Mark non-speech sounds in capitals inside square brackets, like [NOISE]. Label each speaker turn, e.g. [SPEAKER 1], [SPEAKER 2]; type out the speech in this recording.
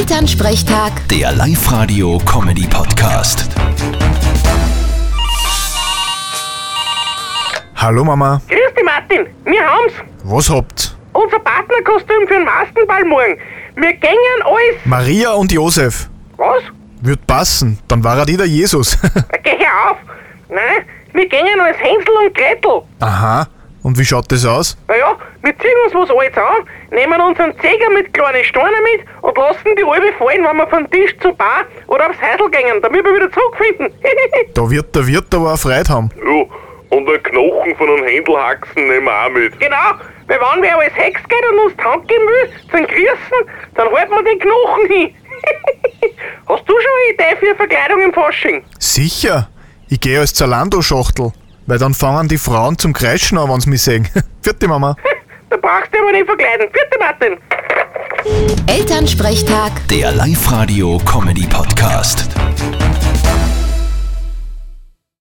[SPEAKER 1] Elternsprechtag,
[SPEAKER 2] Der Live-Radio-Comedy-Podcast.
[SPEAKER 3] Hallo Mama,
[SPEAKER 4] Grüß dich, Martin. Wir haben's.
[SPEAKER 3] was habt?
[SPEAKER 4] Unser Partnerkostüm für den Maskenball morgen. Wir gängen alles.
[SPEAKER 3] Maria und Josef.
[SPEAKER 4] Was?
[SPEAKER 3] Wird passen, dann war er die der Jesus. [LAUGHS]
[SPEAKER 4] Na, Geh her auf. Nein, wir gängen als Hänsel und Gretel.
[SPEAKER 3] Aha, und wie schaut das aus?
[SPEAKER 4] Naja, wir ziehen uns was Altes an, nehmen unseren Zeger mit kleinen Steinen mit und lassen die Albe fallen, wenn wir vom Tisch zur Bar oder aufs Heisel gängen, damit wir wieder zurückfinden. [LAUGHS]
[SPEAKER 3] Da wird der Wirt aber auch Freude haben.
[SPEAKER 5] Ja, und ein Knochen von einem Händelhaxen nehmen wir auch mit.
[SPEAKER 4] genau, weil wenn wer als Hex geht und uns die Hand geben will, zum Grüßen, dann halten wir den Knochen hin. [LAUGHS] Hast du schon eine Idee für eine Verkleidung im Fasching?
[SPEAKER 3] Sicher, ich gehe als Zalando-Schachtel, weil dann fangen die Frauen zum Kreischen an, wenn sie mich sehen. [LAUGHS] Vierte Mama.
[SPEAKER 4] Da brauchst du aber nicht verkleiden. Bitte, Martin.
[SPEAKER 1] Elternsprechtag.
[SPEAKER 2] Der Live-Radio-Comedy-Podcast.